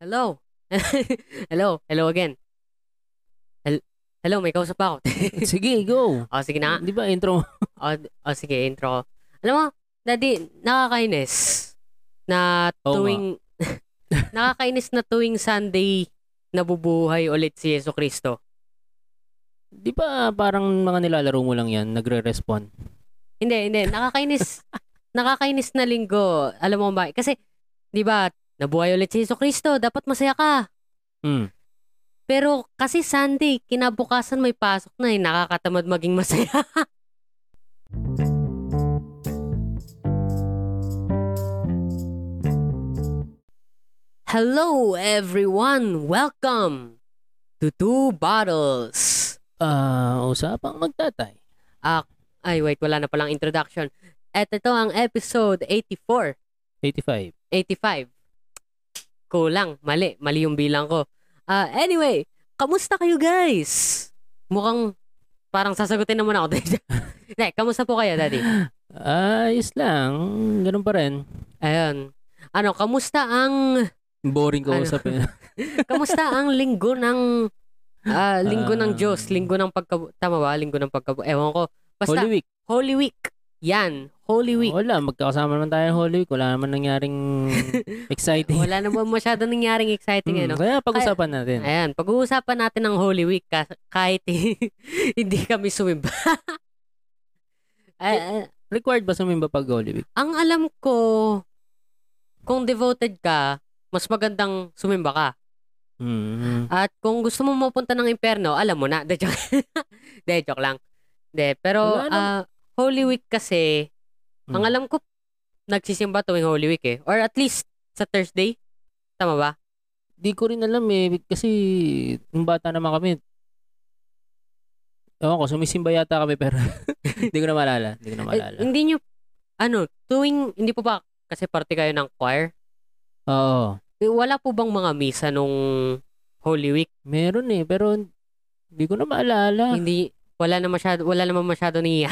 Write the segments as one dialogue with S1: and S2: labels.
S1: Hello. hello. Hello again. Hel- hello, may kausap ako.
S2: Sige, go.
S1: o, sige na. nga.
S2: Di ba intro?
S1: O, o, sige, intro. ko. Alam mo, daddy, nakakainis na
S2: Oo nga.
S1: tuwing... nakakainis na tuwing Sunday nabubuhay ulit si Yeso Kristo.
S2: Di ba parang mga nilalaro mo lang yan, nagre-respond?
S1: Hindi, hindi. Nakakainis. nakakainis na linggo. Alam mo ba? Kasi, di ba, nabuhay ulit si Yeso Kristo. Dapat masaya ka.
S2: Hmm.
S1: Pero kasi Sunday, kinabukasan may pasok na eh. Nakakatamad maging masaya. Hello everyone! Welcome to Two Bottles!
S2: Ah, usapang magtatay.
S1: Ay, wait, wala na palang introduction. At ito ang episode 84,
S2: 85.
S1: 85. Kulang, mali, mali yung bilang ko. Ah, anyway, kamusta kayo guys? Mukhang parang sasagutin naman ako. Hindi, kamusta po kayo, Daddy?
S2: Ayos lang. Ganun pa rin.
S1: Ayun. Ano, kamusta ang
S2: Boring
S1: Ano?
S2: kausapin.
S1: kamusta ang linggo ng ah, linggo ng
S2: Ah.
S1: Diyos, linggo ng pagkabu... Tama ba? Linggo ng pagkabu... Ewan ko. Basta, Holy,
S2: Holy Week.
S1: Week. Yan, Holy Week.
S2: Wala, magkakasama naman tayo ng Holy Week. Wala naman nangyaring exciting.
S1: Wala na ba masyado nangyaring exciting, eh,
S2: Hmm,
S1: no?
S2: Kaya pag-usapan natin.
S1: Ayan, pag-uusapan natin ng Holy Week ka- kahit hindi kami sumimba. Ah, ah,
S2: Required ba sumimba pag Holy Week?
S1: ang alam ko, kung devoted ka, mas magandang sumimba ka.
S2: Hmm.
S1: At kung gusto mo mapunta ng impyerno, alam mo na. De, joke, De, joke lang. De, pero
S2: Wala naman.
S1: ah, Holy Week kasi, ang
S2: Hmm.
S1: alam ko, nagsisimba tuwing Holy Week eh. Or at least sa Thursday. Tama ba?
S2: Di ko rin alam eh. Kasi nung bata naman kami, Ewan ko, sumisimba yata kami pero hindi ko na maalala. Hindi ko na
S1: Eh,
S2: maalala.
S1: hindi nyo, ano, tuwing, hindi po ba kasi parte kayo ng choir?
S2: Oo.
S1: Eh, Wala po bang mga misa nung Holy Week?
S2: Meron eh, pero hindi ko na maalala.
S1: Hindi wala na masyado wala naman masyado niya.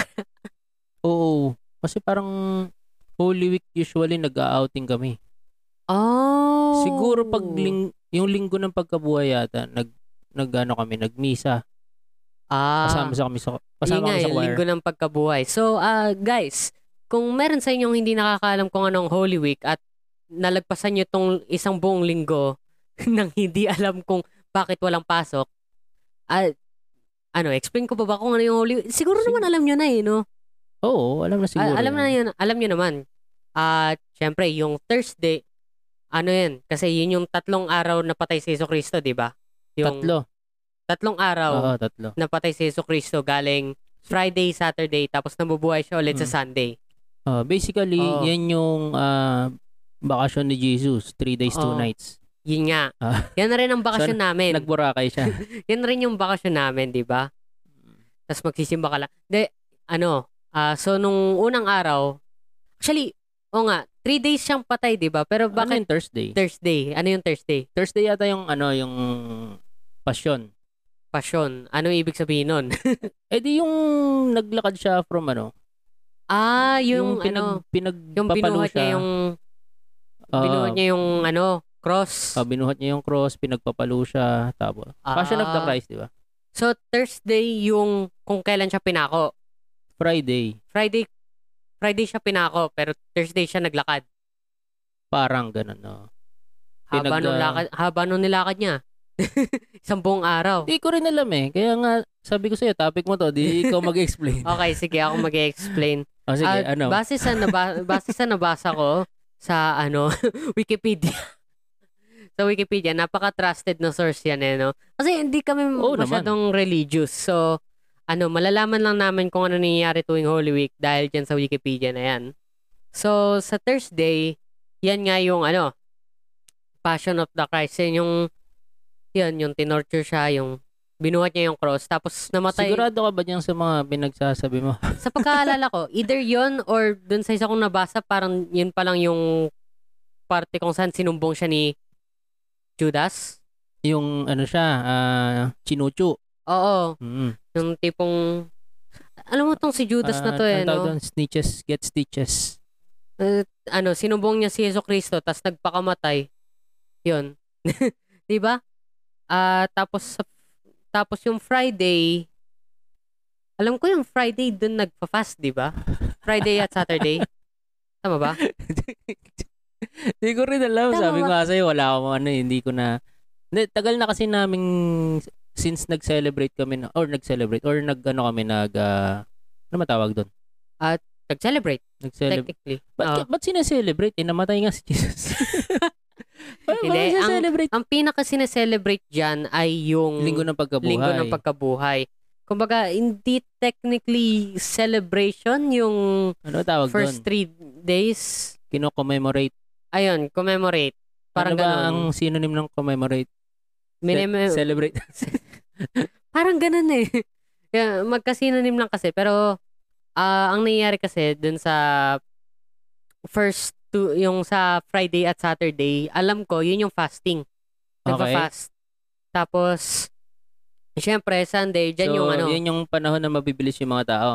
S2: Oo. Kasi parang Holy Week usually nag-outing kami.
S1: Oh.
S2: Siguro pag ling- yung linggo ng pagkabuhay yata, nag nagano kami, nagmisa.
S1: ah,
S2: Kasama sa kami sa
S1: yun
S2: kasama
S1: nga,
S2: kami sa
S1: yung
S2: choir.
S1: linggo ng pagkabuhay. So, ah, guys, kung meron sa inyong hindi nakakaalam kung anong Holy Week at nalagpasan nyo tong isang buong linggo nang hindi alam kung bakit walang pasok, ah, ano, explain ko pa ba kung ano yung Holy Week? Siguro naman alam nyo na eh, no?
S2: Oo, alam na
S1: Al-
S2: siguro.
S1: alam na yun, alam nyo naman. At syempre, yung Thursday, ano yun? Kasi yun yung tatlong araw na patay si Yeso Cristo, di ba? Yung
S2: Tatlo.
S1: tatlong
S2: Oo,
S1: araw
S2: tatlo.
S1: na patay si Yeso Cristo galing Friday, Saturday, tapos nabubuhay siya ulit
S2: Mm.
S1: sa Sunday.
S2: Ah, basically,
S1: Oo.
S2: yan yung ah, bakasyon ni Jesus. Three days, two
S1: Oo.
S2: nights.
S1: Yun nga.
S2: Ah.
S1: Yan na rin ang bakasyon namin.
S2: Nagburakay siya.
S1: Yan na rin yung bakasyon namin, di ba? Tapos magsisimba ka lang. De, ano, ah, so nung unang araw, actually, o nga, three days siyang patay, di ba? Pero
S2: Bakit
S1: bakit
S2: Thursday?
S1: Thursday? Ano yung Thursday?
S2: Thursday yata yung ano, yung pasyon.
S1: Pasyon. Ano ibig sabihin nun?
S2: Eh di yung naglakad siya from ano?
S1: Ah, yung,
S2: pinag,
S1: ano,
S2: pinag,
S1: yung binuhat niya yung
S2: Ah.
S1: binuhat niya yung ano, cross.
S2: binuhat niya yung cross, pinagpapalo siya, tapos. Passion of the
S1: Ah.
S2: Christ, di ba?
S1: So Thursday yung kung kailan siya pinako.
S2: Friday,
S1: Friday Friday siya pinako pero Thursday siya naglakad.
S2: parang ganun, no?
S1: Haba
S2: Pinag-
S1: nung lakad, haba nung nilakad niya. Isang buong araw.
S2: Di ko rin alam eh. Kaya nga, sabi ko sa'yo, topic mo to, di ikaw mag-explain.
S1: Okay, sige ako mag-explain.
S2: Oh, sige,
S1: Oh. Ah,
S2: ano?
S1: Base sa naba- base sa nabasa ko sa ano Wikipedia. sa Wikipedia, napaka-trusted na source yan eh, no? Kasi hindi kami
S2: Oo naman.
S1: masyadong religious. So, ano, malalaman lang namin kung ano nangyayari tuwing Holy Week dahil dyan sa Wikipedia na yan. So, sa Thursday, yan nga yung ano, Passion of the Christ. Yan yung, yun, yung tinorture siya, yung binuhat niya yung cross. Tapos namatay
S2: Sigurado ka ba diyan sa mga pinagsasabi mo?
S1: sa pagkaalala ko, either yon or dun sa isa kong nabasa, parang yun pa lang yung parte kung saan sinumbong siya ni Judas.
S2: Yung ano siya, ah, chinuchu.
S1: Oo,
S2: Mm.
S1: yung tipong, alam mo tong si Judas na
S2: Ah,
S1: to eh,
S2: ang tawag
S1: no?
S2: doon, snitches get stitches.
S1: Eh, ano, sinumbong niya si Yeso Cristo, tapos nagpakamatay. Yun. 'Di ba? Ah, tapos sa- tapos yung Friday alam ko yung Friday dun nagpa-fast, 'di ba? Friday at Saturday. Tama ba?
S2: Hindi ko rin alam.
S1: Tama
S2: Sabi
S1: ba?
S2: ko nga sa'yo, wala akong ano, eh, hindi ko na... Hindi, tagal na kasi naming since nag-celebrate kami na, or nag-celebrate or nag ano kami nag ah, ano matawag doon?
S1: Nag-celebrate
S2: Nag-celebrate.
S1: technically.
S2: Ba't,
S1: Oo.
S2: ba't sineselebrate? Eh, namatay nga si Jesus. Bakit
S1: Hindi, ang-
S2: sineselebrate?
S1: Ang pinaka sineselebrate dyan ay yung
S2: Linggo ng pagkabuhay.
S1: Linggo ng pagkabuhay. Kumbaga, hindi technically celebration yung
S2: ano tawag doon?
S1: first three days.
S2: Kino-commemorate.
S1: Ayun, commemorate. Parang
S2: ano ba
S1: ganun. Eh,
S2: ang synonym ng commemorate?
S1: Mineme-
S2: Celebrate.
S1: parang ganun eh. Kaya Magkasinonym lang kasi. Pero, ah, ang nangyayari kasi dun sa first two, yung sa Friday at Saturday, alam ko, yun yung fasting. Nagpa-fast. Tapos, syempre, Sunday, dyan
S2: so,
S1: yung ano.
S2: yun yung panahon na mabibilis yung mga tao.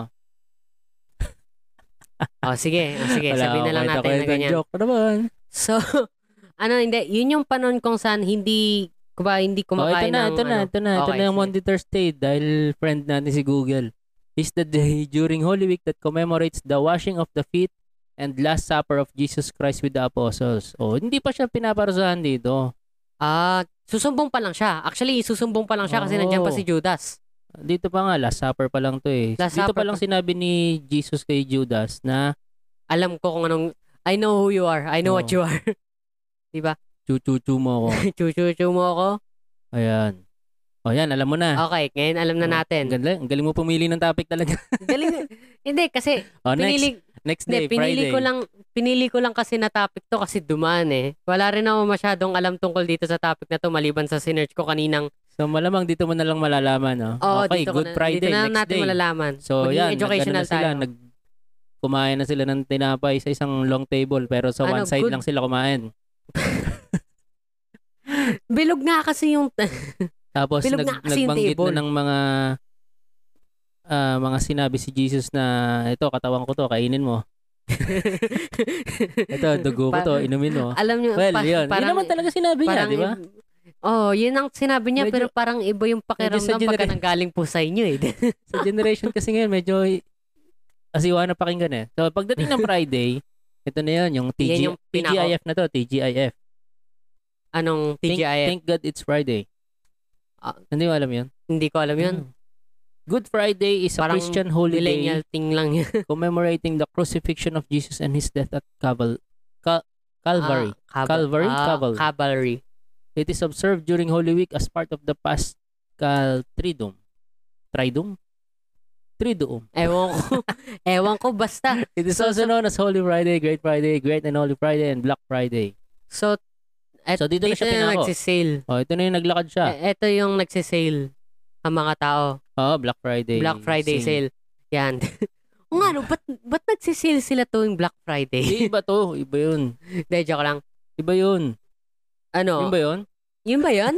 S1: Oh, sige, oh, sige.
S2: Wala
S1: sabihin na
S2: akong
S1: lang
S2: kwenta-kwentang
S1: natin na ganyan.
S2: Joke pa naman.
S1: So, ano, hindi. Yun yung panon kung saan hindi, kuba, hindi kumakain
S2: oh, ito na,
S1: ng,
S2: ito na,
S1: ano,
S2: ito na, ito
S1: Okay,
S2: na yung
S1: sige.
S2: Monday Thursday dahil friend natin si Google. Is the day during Holy Week that commemorates the washing of the feet and last supper of Jesus Christ with the apostles. Oh, hindi pa siya pinaparusahan dito.
S1: Ah, susumbong pa lang siya. Actually, susumbong pa lang siya kasi nandiyan pa
S2: Oo.
S1: si Judas.
S2: Dito pa nga last supper pa lang 'to eh.
S1: Last
S2: dito
S1: supper
S2: pa lang
S1: pa.
S2: sinabi ni Jesus kay Judas na
S1: Alam ko kung anong, I know who you are. I know what
S2: Oo.
S1: you are.
S2: chuchuchu mo ako.
S1: Chuchuchu mo ako.
S2: Ayan. O yan, alam mo na.
S1: Okay, ngayon alam na
S2: Oo. Ang
S1: natin.
S2: Ah. Oh. galing, ang galing mo pumili ng topic talaga.
S1: Galing. hindi, kasi
S2: O, Oh, next,
S1: pinili,
S2: next
S1: hindi,
S2: day,
S1: pinili
S2: Friday.
S1: ko lang, pinili ko lang kasi na topic to kasi dumaan eh. Wala rin ako masyadong alam tungkol dito sa topic na to maliban sa sinerch ko kaninang.
S2: So malamang dito mo na lang malalaman, no?
S1: Oo,
S2: okay,
S1: dito ko
S2: Good
S1: na,
S2: Friday,
S1: dito na
S2: next
S1: natin
S2: day.
S1: malalaman.
S2: So
S1: Maging
S2: yan,
S1: educational
S2: educational na sila,
S1: tayo.
S2: nag kumain na sila ng tinapay sa isang long table pero sa
S1: Ano,
S2: one side
S1: good-
S2: lang sila kumain.
S1: Bilog nga kasi yung
S2: Tapos
S1: Bilog
S2: nag,
S1: na kasi yung
S2: nagbanggit
S1: table.
S2: na ng mga ah, mga sinabi si Jesus na ito katawan ko to, kainin mo. Ito dugo ko
S1: Pa-
S2: to, inumin mo.
S1: Alam nyo,
S2: Well,
S1: pa-
S2: yun.
S1: parang,
S2: yun naman talaga sinabi niya,
S1: parang,
S2: di ba?
S1: Oh, yun ang sinabi niya,
S2: Medyo-
S1: pero parang iba yung pakiramdam
S2: medyo sa
S1: pagka
S2: gener-
S1: nanggaling po sa inyo eh.
S2: Sa generation kasi ngayon medyo asiwa na pakinggan eh. So pagdating ng Friday, ito na yun, yung, TG,
S1: Yan yung pinaka-
S2: TGIF na to, TGIF.
S1: Anong
S2: Thank,
S1: TGIF?
S2: thank God it's Friday.
S1: Ah.
S2: Hindi mo alam yun?
S1: Hindi ko alam yun.
S2: Mm. Good Friday is
S1: Parang
S2: a Christian holiday
S1: Millennial thing lang yun.
S2: commemorating the crucifixion of Jesus and his death at Caval- Cal- Calvary.
S1: Ah, Cab-
S2: Calvary?
S1: ah,
S2: Cavalry.
S1: Cavalry.
S2: It is observed during Holy Week as part of the Paschal Triduum. Triduum? Triduum.
S1: Ewan ko. Ewan ko, basta.
S2: It is
S1: So, so-
S2: also known as Holy Friday, Great Friday, Great and Holy Friday, and Black Friday.
S1: So, et,
S2: So, dito na siya
S1: na
S2: pinako.
S1: nagsisale.
S2: Oh, ito na yung naglakad siya.
S1: E- Ito yung nagsisale ang mga tao.
S2: Oh, Black Friday.
S1: Black Friday
S2: Sing.
S1: sale. Yan. O nga, no, ba't, ba't nagsisale sila tuwing Black Friday?
S2: Hindi, iba to. Iba yun.
S1: Hindi, joke lang.
S2: Iba yun. Yun
S1: Ano?
S2: ba yun?
S1: Yun ba yun?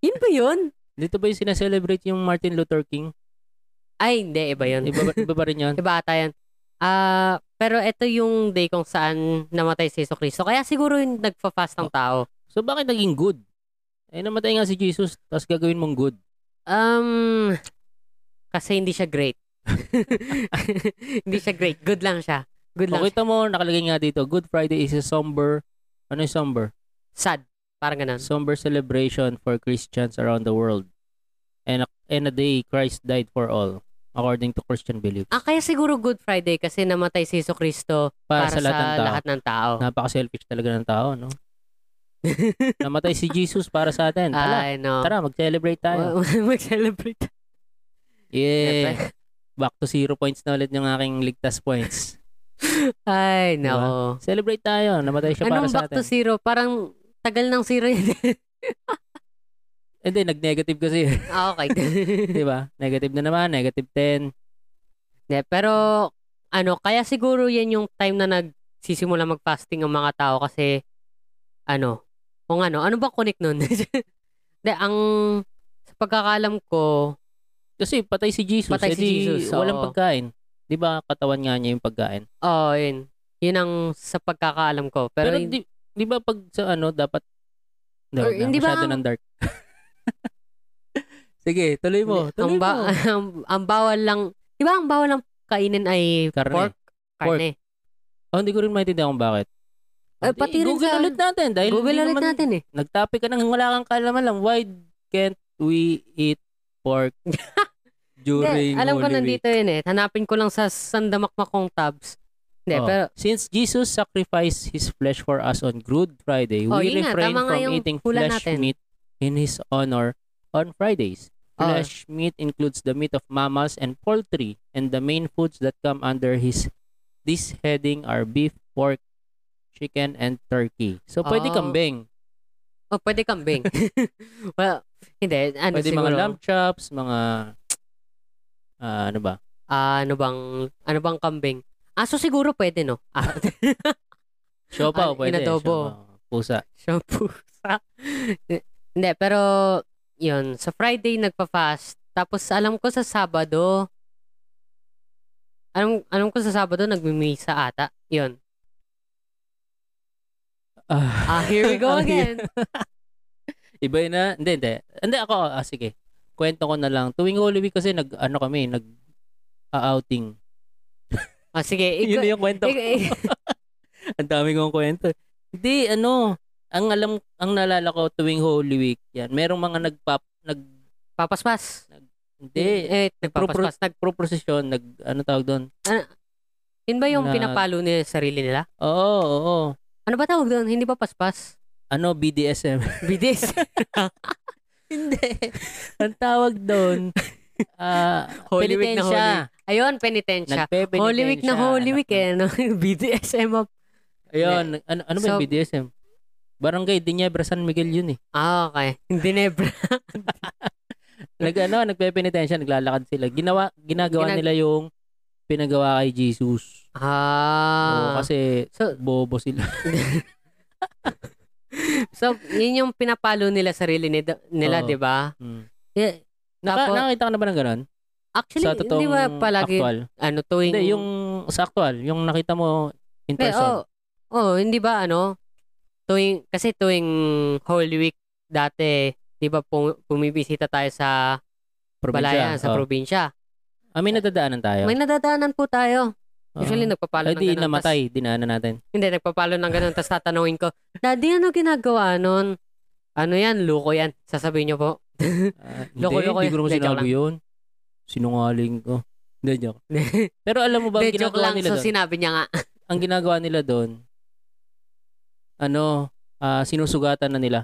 S1: yun ba yun?
S2: Dito ba yung sinaselebrate yung Martin Luther King?
S1: Ay, hindi, iba yun.
S2: Iba, ba- iba pa rin yun?
S1: Iba ata yan. Ah, pero ito yung day kung saan namatay si Yeso Cristo. Kaya siguro yung nagfa-fast
S2: Oh.
S1: ng tao.
S2: So bakit naging good? Eh namatay nga si Jesus, tapos gagawin mong good.
S1: Um, kasi hindi siya great. hindi siya great. Good lang siya. Good lang
S2: Okay kita mo, nakalagay nga dito, Good Friday is a somber, ano yung somber?
S1: siya. Sad. Parang ganun.
S2: Somber celebration for Christians around the world. And a, and a day Christ died for all, according to Christian beliefs.
S1: Ah, kaya siguro Good Friday kasi namatay si Yeso Cristo
S2: para,
S1: para,
S2: sa lahat ng tao.
S1: tao.
S2: Napaka-selfish talaga ng tao, no? namatay si Jesus para sa atin. Tara,
S1: Ay, no.
S2: tara mag-celebrate tayo.
S1: Mag-celebrate.
S2: Yeah. Back to zero points na ulit yung aking ligtas points.
S1: Ay,
S2: Diba?
S1: nako.
S2: Celebrate tayo. Namatay siya para
S1: Anong
S2: sa
S1: back
S2: atin.
S1: to zero? Parang tagal ng zero yun.
S2: Hindi, nag-negative kasi.
S1: ah, okay.
S2: di ba? Negative na naman, negative 10.
S1: De, pero, ano, kaya siguro yan yung time na nagsisimula mag-fasting ang mga tao kasi, ano, kung ano, ano ba connect nun? De, ang, sa pagkakalam ko,
S2: Kasi patay si Jesus.
S1: Patay si
S2: edi
S1: Jesus, oo.
S2: Walang pagkain. Di ba? Katawan nga niya yung pagkain.
S1: oh, yun. Yun ang sa pagkakaalam ko. Pero,
S2: Pero,
S1: yun-
S2: di, di ba pag sa ano, dapat
S1: Or
S2: No, na,
S1: hindi ba
S2: masyado
S1: ang-
S2: ng dark. Sige, tuloy mo. Tuloy
S1: ang, ba-
S2: mo.
S1: ang, ang bawal lang, di ba ang bawal lang kainin ay
S2: Karne.
S1: pork?
S2: Pork.
S1: Karne.
S2: Oh, hindi ko rin maintindihan kung bakit.
S1: Eh,
S2: Hindi,
S1: pati rin
S2: Google
S1: sa-
S2: ulit natin. Dahil
S1: Google
S2: hindi
S1: ulit
S2: naman-
S1: natin eh.
S2: Nag-topic ka nang wala kang kalaman lang. Why can't we eat pork
S1: Hindi,
S2: during
S1: alam ko
S2: Holy Week?
S1: nandito yun eh. Hanapin ko lang sa sandamakmak kong tabs. Hindi,
S2: Oh.
S1: pero
S2: Since Jesus sacrificed his flesh for us on Good Friday,
S1: Oh,
S2: we
S1: yun nga,
S2: refrain
S1: tama nga
S2: from
S1: yung
S2: eating
S1: hula
S2: flesh
S1: natin.
S2: meat in his honor on Fridays.
S1: Oh.
S2: Flesh meat includes the meat of mammals and poultry, and the main foods that come under his this heading are beef, pork, chicken, and turkey. So pwede
S1: Oh.
S2: kambing,
S1: oh, pwede kambing. well, hindi. Ano
S2: pwede
S1: siguro,
S2: mga lamb chops, mga ah, ano ba?
S1: ah, ano bang, ano bang kambing? Aso siguro pwede, no? Ah, Ah,
S2: Siopaw, pwede.
S1: inadobo.
S2: siopaw, Pusa.
S1: Siya ang pusa. Hindi, pero yun, sa Friday nagpa-fast. Tapos alam ko sa Sabado, alam, alam ko sa Sabado nagmimisa ata. Yun.
S2: Ah.
S1: Ah, here we go
S2: Ang
S1: again.
S2: Iba yun na. Hindi, hindi. Hindi ako, ah, sige. Kwento ko na lang. Tuwing Holy Week kasi nag, ano kami, nag outing
S1: Ah, sige. Ikaw,
S2: Yun na yung kwento.
S1: ikaw, eh, ik-
S2: ang dami kong kwento. Hindi, ano, ang alam, ang nalala ko tuwing Holy Week, yan, merong mga nagpap, nag,
S1: papaspas.
S2: hindi,
S1: Eh, nagpapaspas. Nag,
S2: pro-procession, nag, ano tawag doon?
S1: yun ba yung
S2: na-
S1: pinapalo nila sarili nila?
S2: Oo, oo.
S1: Ano ba tawag doon? Hindi ba paspas?
S2: Ano, BDSM?
S1: Bidis.
S2: hindi. ang tawag doon, ah,
S1: Holy Week na Holy
S2: penitensya.
S1: Ayun, penitensya.
S2: Nagpe-penitensya.
S1: Holy Week na Holy Week eh. No? BDSM up.
S2: Ayun, ano, ano ba yung
S1: So-
S2: BDSM? Barangay Dinyebra San Miguel yun eh.
S1: Ah, okay. Dinebra.
S2: Nag ano, nagpepenitensya, naglalakad sila. Ginawa ginagawa
S1: Ginag-
S2: nila yung pinagawa kay Jesus. Oo,
S1: Ah.
S2: kasi
S1: so,
S2: bobo sila.
S1: so, yun yung pinapalo nila sarili ni, nila,
S2: Oo.
S1: di ba?
S2: Mm.
S1: Yeah.
S2: Naka,
S1: Hmm. Tapos-
S2: nakakita ka na ba ng ganun?
S1: Actually,
S2: Sa
S1: hindi
S2: totoong
S1: ba palagi,
S2: actual?
S1: ano, tuwing...
S2: Hindi, yung sa actual, yung nakita mo in
S1: Hindi,
S2: person.
S1: Oh, oh, hindi ba, ano, tuwing, kasi tuwing Holy Week dati, di ba, pum- pumibisita tayo sa balayan, sa
S2: oh.
S1: probinsya.
S2: Ah, may nadadaanan tayo.
S1: May nadadaanan po tayo.
S2: Oo.
S1: Usually, nagpapalo ng
S2: Ay, di
S1: ganun.
S2: namatay, dinaanan natin.
S1: Tas, hindi, nagpapalo ng ganun, tapos tatanungin ko, Daddy, ano ginagawa nun? Ano yan? Loko yan. Sasabihin niyo po.
S2: Ah, hindi,
S1: Loko, loko
S2: hindi
S1: yun.
S2: ko naman
S1: Hindi, joke
S2: sinabi yun. Sinungaling ko. Hindi, joke. Pero alam mo ba, ang
S1: De, joke
S2: ginagawa
S1: lang.
S2: nila
S1: So,
S2: doon?
S1: sinabi niya nga.
S2: ang ginagawa nila doon, ano, ah, sinusugatan na nila.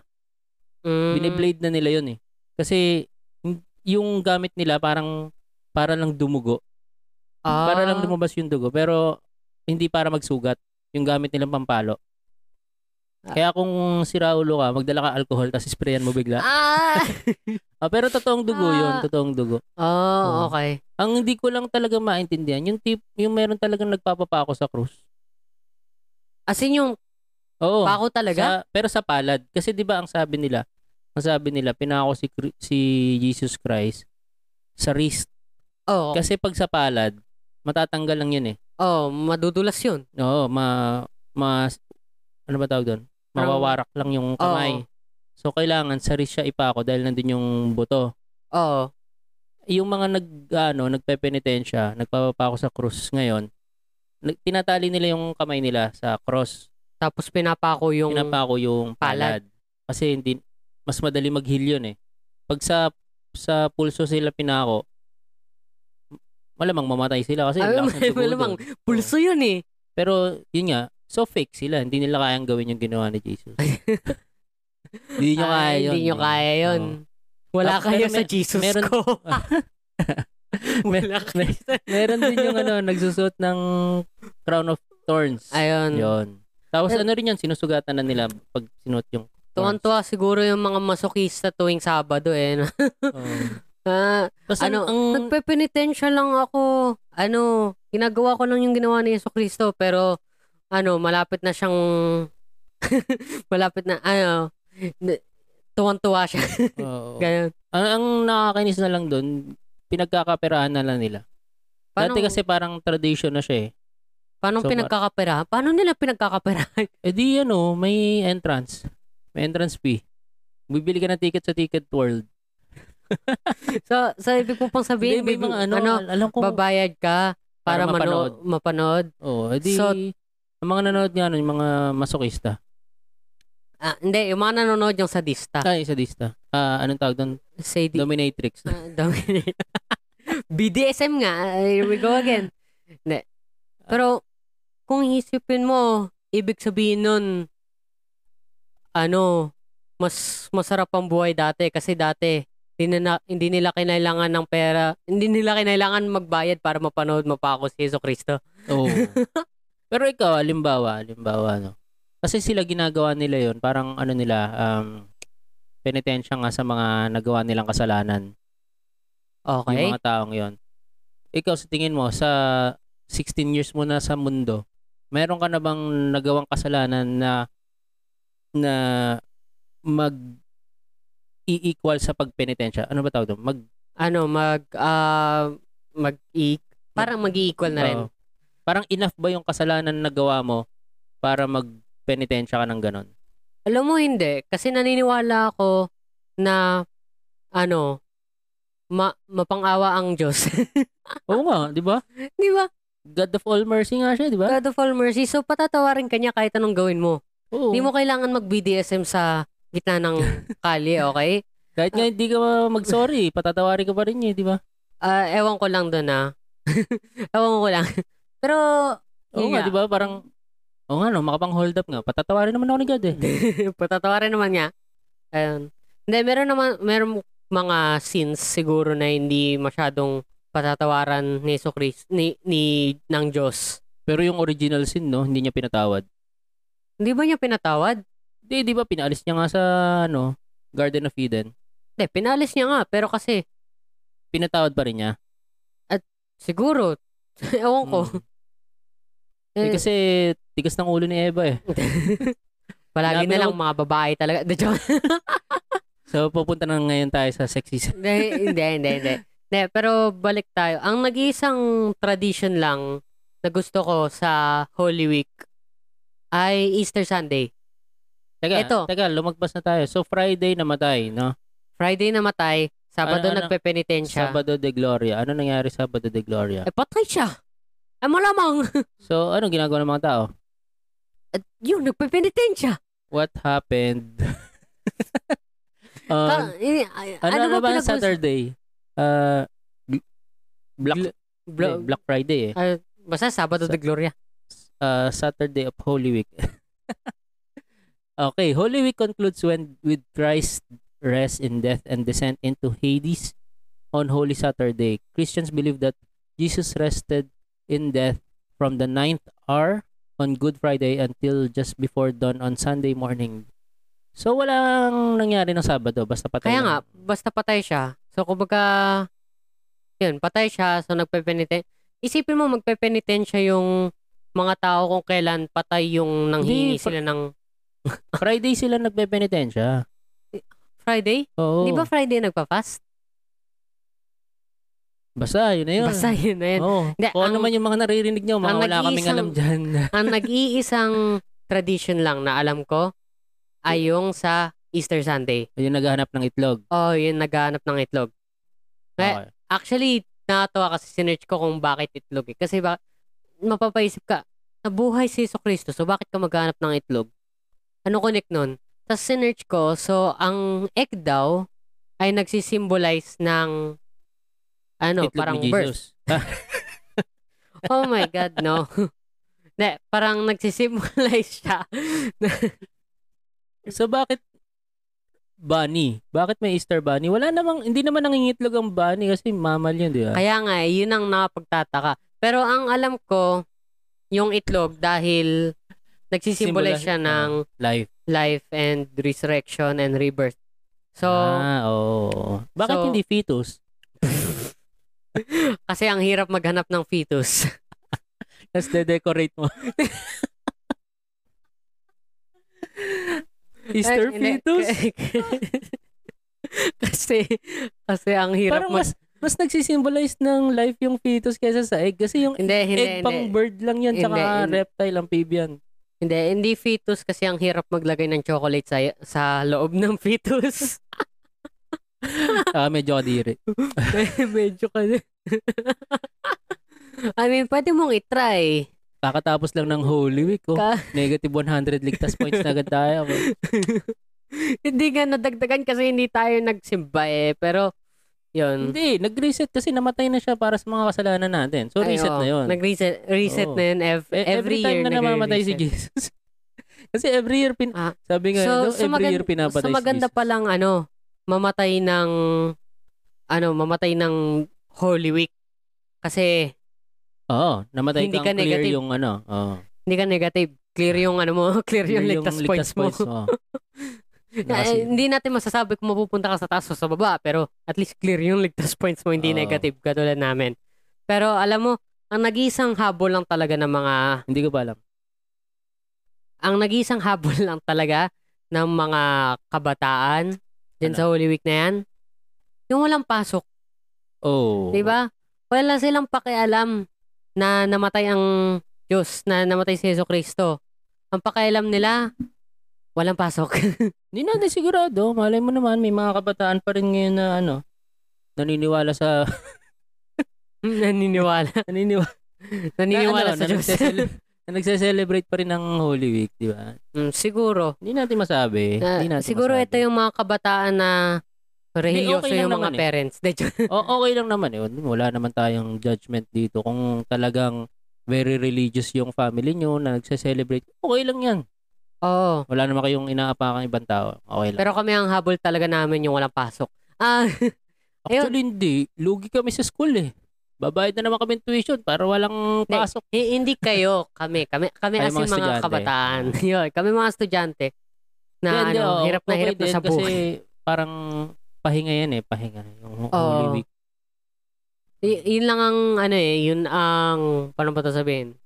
S1: Mm,
S2: Biniblade na nila yun eh. Kasi n- yung gamit nila parang para lang dumugo.
S1: ah,
S2: Para lang lumabas yung dugo. Pero hindi para magsugat. Yung gamit nilang pampalo.
S1: Ah.
S2: Kaya kung siraulo ka, magdala ka alcohol tapos sprayan mo bigla.
S1: Ah!
S2: Ah, pero totoong dugo yun.
S1: Ah.
S2: Totoong dugo. Oo.
S1: Oh, okay.
S2: Ang hindi ko lang talaga maintindihan, yung tip, yung meron talagang nagpapapako sa krus.
S1: As in yung
S2: Oo.
S1: pako talaga?
S2: Oh, Sa, pero sa palad. Kasi di ba ang sabi nila, ang sabi nila, pinako si, Cri- si Jesus Christ sa wrist.
S1: Oo.
S2: Kasi pag sa palad, matatanggal lang yun eh.
S1: Oh, madudulas yun.
S2: Oo, ma, ma, ano ba tawag doon? Mawawarak lang yung kamay.
S1: Oo.
S2: So, kailangan sa wrist siya ipako dahil nandun yung buto.
S1: Oo.
S2: Yung mga nag, ano, nagpepenitensya, nagpapapako sa cross ngayon, nag- tinatali nila yung kamay nila sa cross.
S1: Tapos pinapako yung...
S2: pinapako yung palad.
S1: palad.
S2: Kasi hindi mas madali mag-heal yun eh. Pag sa sa pulso sila pinako, malamang mamatay sila kasi
S1: Ay,
S2: ang lakas ng dugo
S1: malamang.
S2: doon.
S1: pulso yun eh.
S2: Pero yun nga, so fake sila. Hindi nila kayang gawin yung ginawa ni Jesus. hindi nyo kaya
S1: Ay,
S2: yun.
S1: Ah, Hindi nyo kaya yun. Wala
S2: Ah,
S1: kayo
S2: pero
S1: sa
S2: mer-
S1: Jesus
S2: meron-
S1: ko.
S2: Mer-
S1: Wala kayo sa-
S2: Meron din yung ano, nagsusot ng crown of thorns.
S1: Ayun.
S2: Yun. Tapos
S1: Pero-
S2: ano rin yun, sinusugatan na nila pag sinuot yung thorns.
S1: Tuwan-tuwa siguro yung mga masokista tuwing Sabado eh.
S2: Oo.
S1: Ah,
S2: Tapos
S1: Ano,
S2: ano, ang,
S1: Nagpe-penitensya lang ako. Ano, ginagawa ko lang yung ginawa ni Yeso Cristo pero ano, malapit na siyang malapit na ano, n- tuwang-tuwa siya.
S2: Oo.
S1: Ganun.
S2: Ang, ang nakakainis na lang doon, pinagkakaperahan na lang nila.
S1: Paano,
S2: Dati kasi parang tradition na siya eh.
S1: paano
S2: so,
S1: pinagkakaperahan? Paano nila pinagkakaperahan?
S2: Eh di ano, may entrance. May entrance fee. Bibili ka ng ticket sa Ticket World.
S1: So, so ibig mo pong sabihin,
S2: Hindi, may
S1: bib-
S2: mga ano,
S1: ano,
S2: al- alam ko.
S1: babayad ka para,
S2: Para
S1: mano- mapanood.
S2: oh, edi,
S1: So-
S2: ang mga nanonood nga, nun, yung mga masokista.
S1: Ah, hindi, yung mga nanonood yung sadista.
S2: Ay, sadista. Ah, anong tawag doon?
S1: Sadie.
S2: Dominatrix.
S1: Ah, dominate. BDSM nga. Ah, Here we go again. Hindi. Pero, kung isipin mo, ibig sabihin nun, ano, mas masarap ang buhay dati kasi dati, hindi, na, hindi nila kinailangan ng pera, hindi nila kinailangan magbayad para mapanood mapako si Yeso Cristo.
S2: Oo. Pero ikaw, halimbawa, halimbawa, no? Kasi sila ginagawa nila yon parang ano nila, um, penitensya nga sa mga nagawa nilang kasalanan. Yung
S1: Okay?
S2: mga taong yon Ikaw, sa tingin mo, sa 16 years mo na sa mundo, meron ka na bang nagawang kasalanan na na mag i-equal sa pagpenitensya? Ano ba tawag doon? Mag
S1: Ano, mag, ah, mag parang mag-equal na rin.
S2: Oo. Parang enough ba yung kasalanan na gawa mo para magpenitensya ka ng ganon?
S1: Alam mo hindi kasi naniniwala ako na ano ma- mapang-awa ang Diyos. Ah,
S2: Oo nga, di ba?
S1: Di ba?
S2: God of all mercy nga siya, di ba?
S1: God of all mercy. So patatawarin ka niya kahit anong gawin mo.
S2: Oo.
S1: Hindi mo kailangan mag-BDSM sa gitna ng kali, okay?
S2: Kahit nga hindi ka ma- mag-sorry, patatawarin ka pa rin niya, di ba?
S1: Ah, ewan ko lang doon ah. ewan ko lang. Pero
S2: Oo
S1: yun
S2: nga, di ba? Parang, oo nga no, makapang-hold up nga. Patatawarin naman ako ni God eh.
S1: patatawarin naman niya. Ayun. Hindi, meron naman, meron mga scenes siguro na hindi masyadong patatawaran ni Jesus Christ, ni, ni, ng Diyos.
S2: Pero yung original sin, no, hindi niya pinatawad.
S1: Hindi ba niya pinatawad?
S2: Di, di ba, pinaalis niya nga sa, ano, Garden of Eden.
S1: Hindi, pinalis niya nga. Pero kasi,
S2: Pinatawad pa rin niya.
S1: siguro, ewan ko.
S2: Mm. Eh,
S1: Eh,
S2: kasi, tigas ng ulo ni Eva eh.
S1: palagi
S2: Grabe
S1: na lang
S2: naman.
S1: mga babae talaga. The joke.
S2: So, pupunta na ngayon tayo sa sexy sin.
S1: hindi, hindi, hindi, hindi. Hindi, pero balik tayo. Ang nag-iisang tradition lang na gusto ko sa Holy Week ay Easter Sunday.
S2: Teka,
S1: Eto.
S2: teka, lumagpas na tayo. So, Friday namatay, no?
S1: Friday namatay, Sabado
S2: Ano, ano?
S1: nagpepenitensya.
S2: Sabado de Gloria. Ano nangyari Sabado de Gloria?
S1: Eh, patay siya. Eh, malamang.
S2: So, anong ginagawa ng mga tao?
S1: At yun, nagpepenitensya.
S2: What happened?
S1: Ka,
S2: um,
S1: eh, ay,
S2: ano, ano, ba ang
S1: pinag-usapan?
S2: Saturday? Uh, gl- Black,
S1: Bla-
S2: eh, Black Friday eh.
S1: ah, basta Sabado
S2: Sa-
S1: de Gloria.
S2: Uh, Saturday of Holy Week. okay, Holy Week concludes when with Christ's rest in death and descent into Hades on Holy Saturday. Christians believe that Jesus rested in death from the ninth hour on Good Friday until just before dawn on Sunday morning. So walang nangyari ng Sabado basta patay.
S1: Kaya
S2: lang.
S1: nga, basta patay siya. So, kumbaga, yun, patay siya. So, nagpepenitensya. Isipin mo, magpepenitensya yung mga tao kung kailan patay yung nanghingi
S2: Hindi, pa-
S1: sila ng
S2: Friday sila nagpepenitensya.
S1: Friday. Di
S2: Oo.
S1: ba Friday nagpa-fast?
S2: Basta yun na yun.
S1: Basta yun na yun.
S2: Oo.
S1: Hindi,
S2: Kung ano
S1: ang-
S2: man yung mga naririnig nyo, mga
S1: ang
S2: wala kaming
S1: nag-iisang-
S2: alam dyan.
S1: ang nag-iisang tradition lang na alam ko ay yung sa Easter Sunday.
S2: yung naghahanap ng itlog.
S1: Oh, yun naghahanap ng itlog. Eh,
S2: Okay.
S1: Actually, nakatawa kasi sinerch ko kung bakit itlog eh. Kasi ba, mapapaisip ka, nabuhay si Yeso Cristo, so bakit ka maghanap ng itlog? Ano connect nun? Tapos sinerch ko, so ang egg daw ay nagsisimbolize ng ano,
S2: itlog
S1: parang
S2: ni
S1: birth.
S2: Jesus. Ah,
S1: Oh my God, no. Ne, parang nagsisimbolize siya.
S2: so bakit bunny? Bakit may Easter bunny? Wala namang, hindi naman nangingitlog ang bunny kasi mamal yun, di ba?
S1: Kaya nga, eh, yun ang nakapagtataka. Pero ang alam ko, yung itlog dahil nagsisimbolize
S2: Simbolo-
S1: siya ng
S2: Life.
S1: life and resurrection and rebirth. So,
S2: ah, oo. Bakit
S1: So-
S2: hindi fetus?
S1: kasi ang hirap maghanap ng fetus.
S2: Tapos de-decorate mo. Easter
S1: Eh, hindi.
S2: fetus?
S1: kasi, kasi ang hirap
S2: Parang
S1: mag...
S2: mas, mas nagsisimbolize ng life yung fetus kaysa sa egg. Kasi yung
S1: Hindi, hindi,
S2: egg
S1: hindi.
S2: pang bird lang yan,
S1: Hindi,
S2: tsaka
S1: hindi.
S2: reptile, amphibian.
S1: Hindi, hindi fetus kasi ang hirap maglagay ng chocolate sa, sa loob ng fetus.
S2: Ah, medyo kadiri.
S1: Medyo ka I mean, pwede mong itry.
S2: Kakatapos lang ng Holy Week, oh.
S1: Ka- Mm.
S2: Negative 100 ligtas points na agad tayo.
S1: hindi nga nadagdagan kasi hindi tayo nagsimba eh. Pero, yun.
S2: Hindi, nag-reset kasi namatay na siya para sa mga kasalanan natin. So,
S1: Ay,
S2: reset
S1: oo.
S2: na yun.
S1: Nag-reset reset
S2: Oo.
S1: na yun ev-
S2: E-
S1: every,
S2: every, time
S1: year.
S2: na namamatay si
S1: nagre-reset.
S2: Jesus. Kasi every year, pin-
S1: Ah.
S2: sabi nga,
S1: So,
S2: no,
S1: so
S2: every
S1: magan-
S2: year
S1: So
S2: pinapatay
S1: maganda
S2: si Jesus.
S1: palang ano, mamatay ng ano, mamatay ng Holy Week. Kasi
S2: Oo, namatay
S1: Hindi
S2: hindi
S1: ka
S2: ka clear
S1: negative.
S2: yung ano. oo.
S1: hindi ka negative. Clear yung ano mo, clear yung ligtas, points mo. Na-
S2: oo.
S1: eh,
S2: Nakasi-
S1: hindi natin masasabi kung mapupunta ka sa taas o sa baba, pero at least clear yung ligtas points mo, hindi
S2: Oo.
S1: negative katulad namin. Pero alam mo, ang nag-iisang habol lang talaga ng mga
S2: hindi ko pa alam.
S1: ang nag-iisang habol lang talaga ng mga kabataan dyan
S2: Ano?
S1: sa Holy Week na yan, yung walang pasok.
S2: Oh.
S1: Di ba? Wala silang pakialam na namatay ang Diyos, na namatay si Yeso Kristo. Ang pakialam nila, walang pasok.
S2: Hindi natin sigurado. Malay mo naman, may mga kabataan pa rin ngayon na ano, naniniwala sa...
S1: naniniwala.
S2: naniniwala, ano,
S1: Naniniwala sa Diyos.
S2: nagsesele- na nagse-celebrate pa rin ng Holy Week, di ba?
S1: Mm, siguro.
S2: Hindi natin masabi.
S1: Na-
S2: hindi natin
S1: Ah, siguro
S2: masabi.
S1: ito yung mga kabataan na religyoso
S2: okay lang
S1: yung mga
S2: naman eh.
S1: parents. De, joke.
S2: o, okay lang naman eh. Wala naman tayong judgment dito. Kung talagang very religious yung family nyo na nagse-celebrate, okay lang yan.
S1: Oo.
S2: Wala naman kayong inaapakang ibang tao. Okay lang.
S1: Pero kami ang habol talaga namin yung walang pasok. Ah,
S2: Actually, hindi. Lugi kami sa school eh. Babayad na naman kami ng tuition para walang
S1: Hindi.
S2: pasok.
S1: Eh, hindi kayo, kami. Kami, kami
S2: Kayo
S1: as in
S2: mga
S1: mga,
S2: estudyante.
S1: kabataan. Yun, kami mga estudyante na
S2: Hindi,
S1: ano,
S2: oo.
S1: hirap na
S2: Okay
S1: hirap na
S2: din
S1: sa buhay.
S2: Kasi parang pahinga yan eh. Pahinga. Yung Holy
S1: Oo.
S2: Week.
S1: Y- yun lang ang ano eh, yun ang paano ba 'to sabihin?